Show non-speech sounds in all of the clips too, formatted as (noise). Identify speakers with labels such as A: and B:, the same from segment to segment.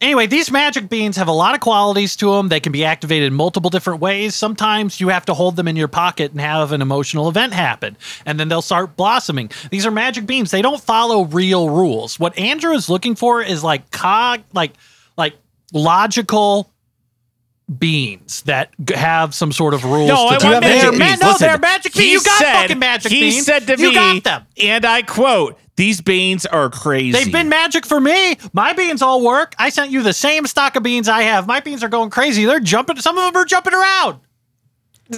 A: Anyway, these magic beans have a lot of qualities to them. They can be activated multiple different ways. Sometimes you have to hold them in your pocket and have an emotional event happen, and then they'll start blossoming. These are magic beans. They don't follow real rules. What Andrew is looking for is like cog, like like logical beans that g- have some sort of rules.
B: No, I
A: to
B: want
A: them.
B: magic
A: They're
B: beans.
A: ma- No,
B: Listen,
A: they're magic
B: he
A: beans. You got
B: said-
A: fucking magic
B: he
A: beans.
B: said to
A: you
B: me,
A: got them.
B: and I quote, "These beans are crazy."
A: They've been magic for me. My beans all work. I sent you the same stock of beans I have. My beans are going crazy. They're jumping. Some of them are jumping around.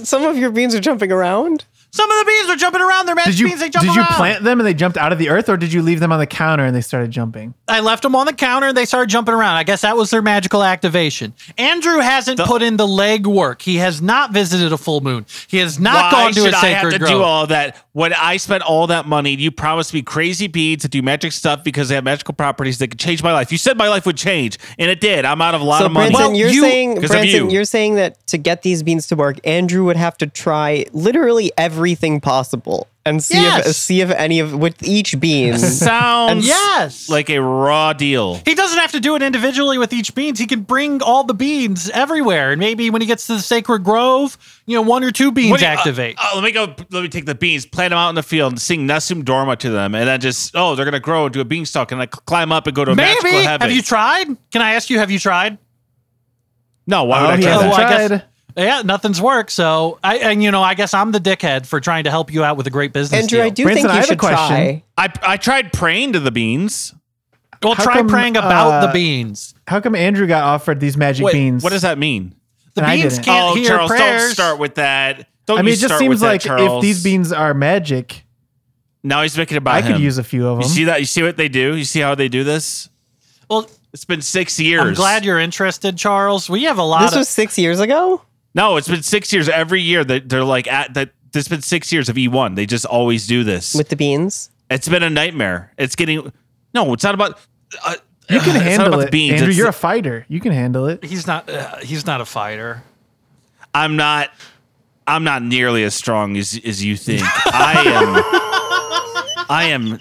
C: Some of your beans are jumping around.
A: Some of the beans are jumping around. They're magic
D: Did you
A: beans. They jump
D: did you
A: around.
D: plant them and they jumped out of the earth, or did you leave them on the counter and they started jumping?
A: I left them on the counter and they started jumping around. I guess that was their magical activation. Andrew hasn't put in the leg work. He has not visited a full moon. He has not
B: Why
A: gone to
B: should
A: a
B: I have
A: sacred
B: to
A: grove.
B: do all that when I spent all that money? You promised me crazy beads that do magic stuff because they have magical properties that could change my life. You said my life would change, and it did. I'm out of a lot
C: so
B: of money.
C: Branson,
A: Well,
C: you're
A: you-
C: saying
B: 'cause of
C: Branson,
B: you.
C: you. are saying that to get these beans to work, Andrew would have to try literally everything possible and see if
A: Yes.
C: see if any of with each
B: (laughs)
C: bean. (laughs)
B: sounds
A: yes.
B: like a raw deal.
A: He doesn't have to do it individually with each beans. He can bring all the beans everywhere, and maybe when he gets to the sacred grove, you know, one or two beans
B: What do you-
A: activate.
B: uh, uh, let me go. Let me take the beans, plant them out in the field, and sing Nasum Dorma to them, and then just oh, they're gonna grow into a beanstalk, and I cl- climb up and go to a
A: maybe.
B: magical heaven.
A: Have you tried? Can I ask you? Have you tried?
B: no, why would
D: Oh,
B: I
D: he
B: try
A: Yeah,
B: that?
D: hasn't
A: well, I guess-
D: tried.
A: Yeah, nothing's worked. So I and you know, I guess I'm the dickhead for trying to help you out with a great business
C: Andrew,
A: deal.
C: I do
D: Branson,
C: think
D: I
C: you
D: have a
C: should
D: question.
C: try.
B: I I tried praying to the beans.
A: well,
D: How
A: try
D: come,
A: praying about
D: uh,
A: the beans.
D: How come Andrew got offered these magic
A: Wait,
D: beans?
B: What does that mean?
A: The
D: and I
A: beans
D: didn't.
A: can't
B: oh,
A: hear
B: Charles,
A: prayers.
B: don't start with that. Don't
D: I
B: you
D: mean, it just
B: start
D: seems
B: with
D: like
B: that, Charles.
D: if these beans are magic,
B: Now he's making about
D: I
B: him.
D: could use a few of
B: You
D: them.
B: see that? You see what they do? You see how they do this?
A: well,
B: It's been six years.
A: I'm glad you're interested, Charles. We have a lot
C: This
A: of
C: was six years ago.
B: No, it's been six years. Every year that they're like at that. It's been six years of E1. They just always do this.
C: with the beans.
B: It's been a nightmare. It's getting no. It's not about. Uh,
D: you can
B: it's not
D: handle
B: about the
D: it,
B: beans.
D: Andrew.
B: It's-
D: You're a fighter. You can handle it.
A: he's not uh, he's not a fighter.
B: I'm not. I'm not nearly as strong as as you think. I
A: (laughs)
B: am. I am.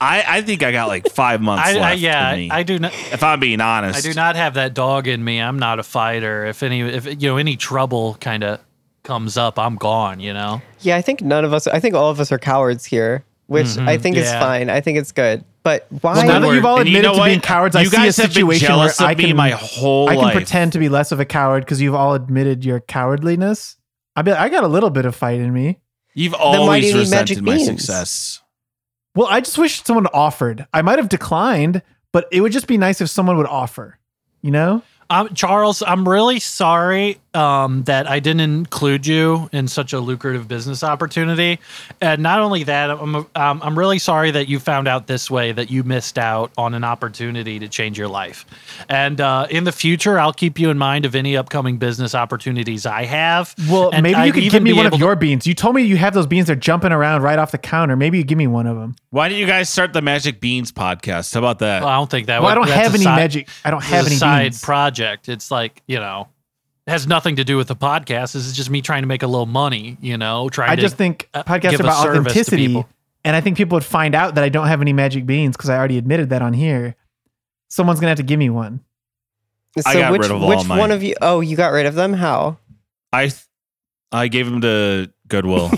B: I I think I got like five months
A: I,
B: left.
A: I yeah,
B: in me,
A: I do not
B: if I'm being honest,
A: I do not have that dog in me. I'm not a fighter. If any if you know any trouble kind of comes up, I'm gone, you know.
C: Yeah, I think none of us. I think all of us are cowards here, which
B: Mm-hmm.
C: I think is
A: yeah.
C: fine. I think it's good. But why?
D: Well, now that
B: Lord.
D: you've all
B: And you
D: admitted
B: know
D: to
B: what?
D: being cowards, I
B: You
D: see a
B: guys have been
D: situation where
B: jealous of
D: I
B: me
D: can
B: my whole
D: I can
B: life.
D: pretend to be less of a coward because you've all admitted your cowardliness. I be like, I got a little bit of fight in me.
B: You've
C: why do
B: always
C: you need magic
B: resented my
C: beans?
B: success.
D: Well, I just wish someone offered. I might have declined, but it would just be nice if someone would offer. You know?
A: Um, Charles, I'm really sorry um, that I didn't include you in such a lucrative business opportunity. And not only that, I'm um, I'm really sorry that you found out this way that you missed out on an opportunity to change your life. And uh, in the future, I'll keep you in mind of any upcoming business opportunities I have.
D: Well,
A: And
D: maybe
A: I'd
D: you could give
A: even
D: me
A: be
D: one of
A: able to-
D: your beans. You told me you have those beans. They're jumping around right off the counter. Maybe you give me one of them.
B: Why don't you guys start the Magic Beans podcast? How about that?
A: Well, I don't think that.
D: Well, I
A: would-
D: don't
A: that's a
D: have any
A: side-
D: magic. I don't
A: It's
D: have
A: a
D: any
A: side
D: beans.
A: project. It's like you know. it Has nothing to do with the podcast. This is just me trying to make a little money, you know. Trying.
D: I
A: to
D: just think
A: uh,
D: podcasts
A: give
D: are
A: a
D: about
A: service to
D: authenticity,
A: people.
D: and I think people would find out that I don't have any magic beans because I already admitted that on here. Someone's gonna have to give me one.
C: So
B: I got
C: which
B: rid of all
C: which
B: mine.
C: one of you? Oh, you got rid of them. How? (laughs)
B: I th- I gave him to Goodwill.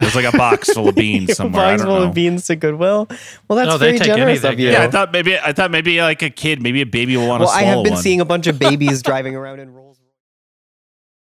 B: There's like a box
A: (laughs)
B: full of
C: (laughs)
B: beans somewhere. I
C: Box
B: don't
C: full
B: know.
C: of beans to Goodwill. Well, that's
A: No, they
C: very
A: take
C: generous
A: anything.
C: of you.
B: Yeah, I thought maybe I thought maybe like a kid, maybe a baby will want to.
C: well, I have been
B: one. (laughs)
C: seeing a bunch of babies driving around in rollers.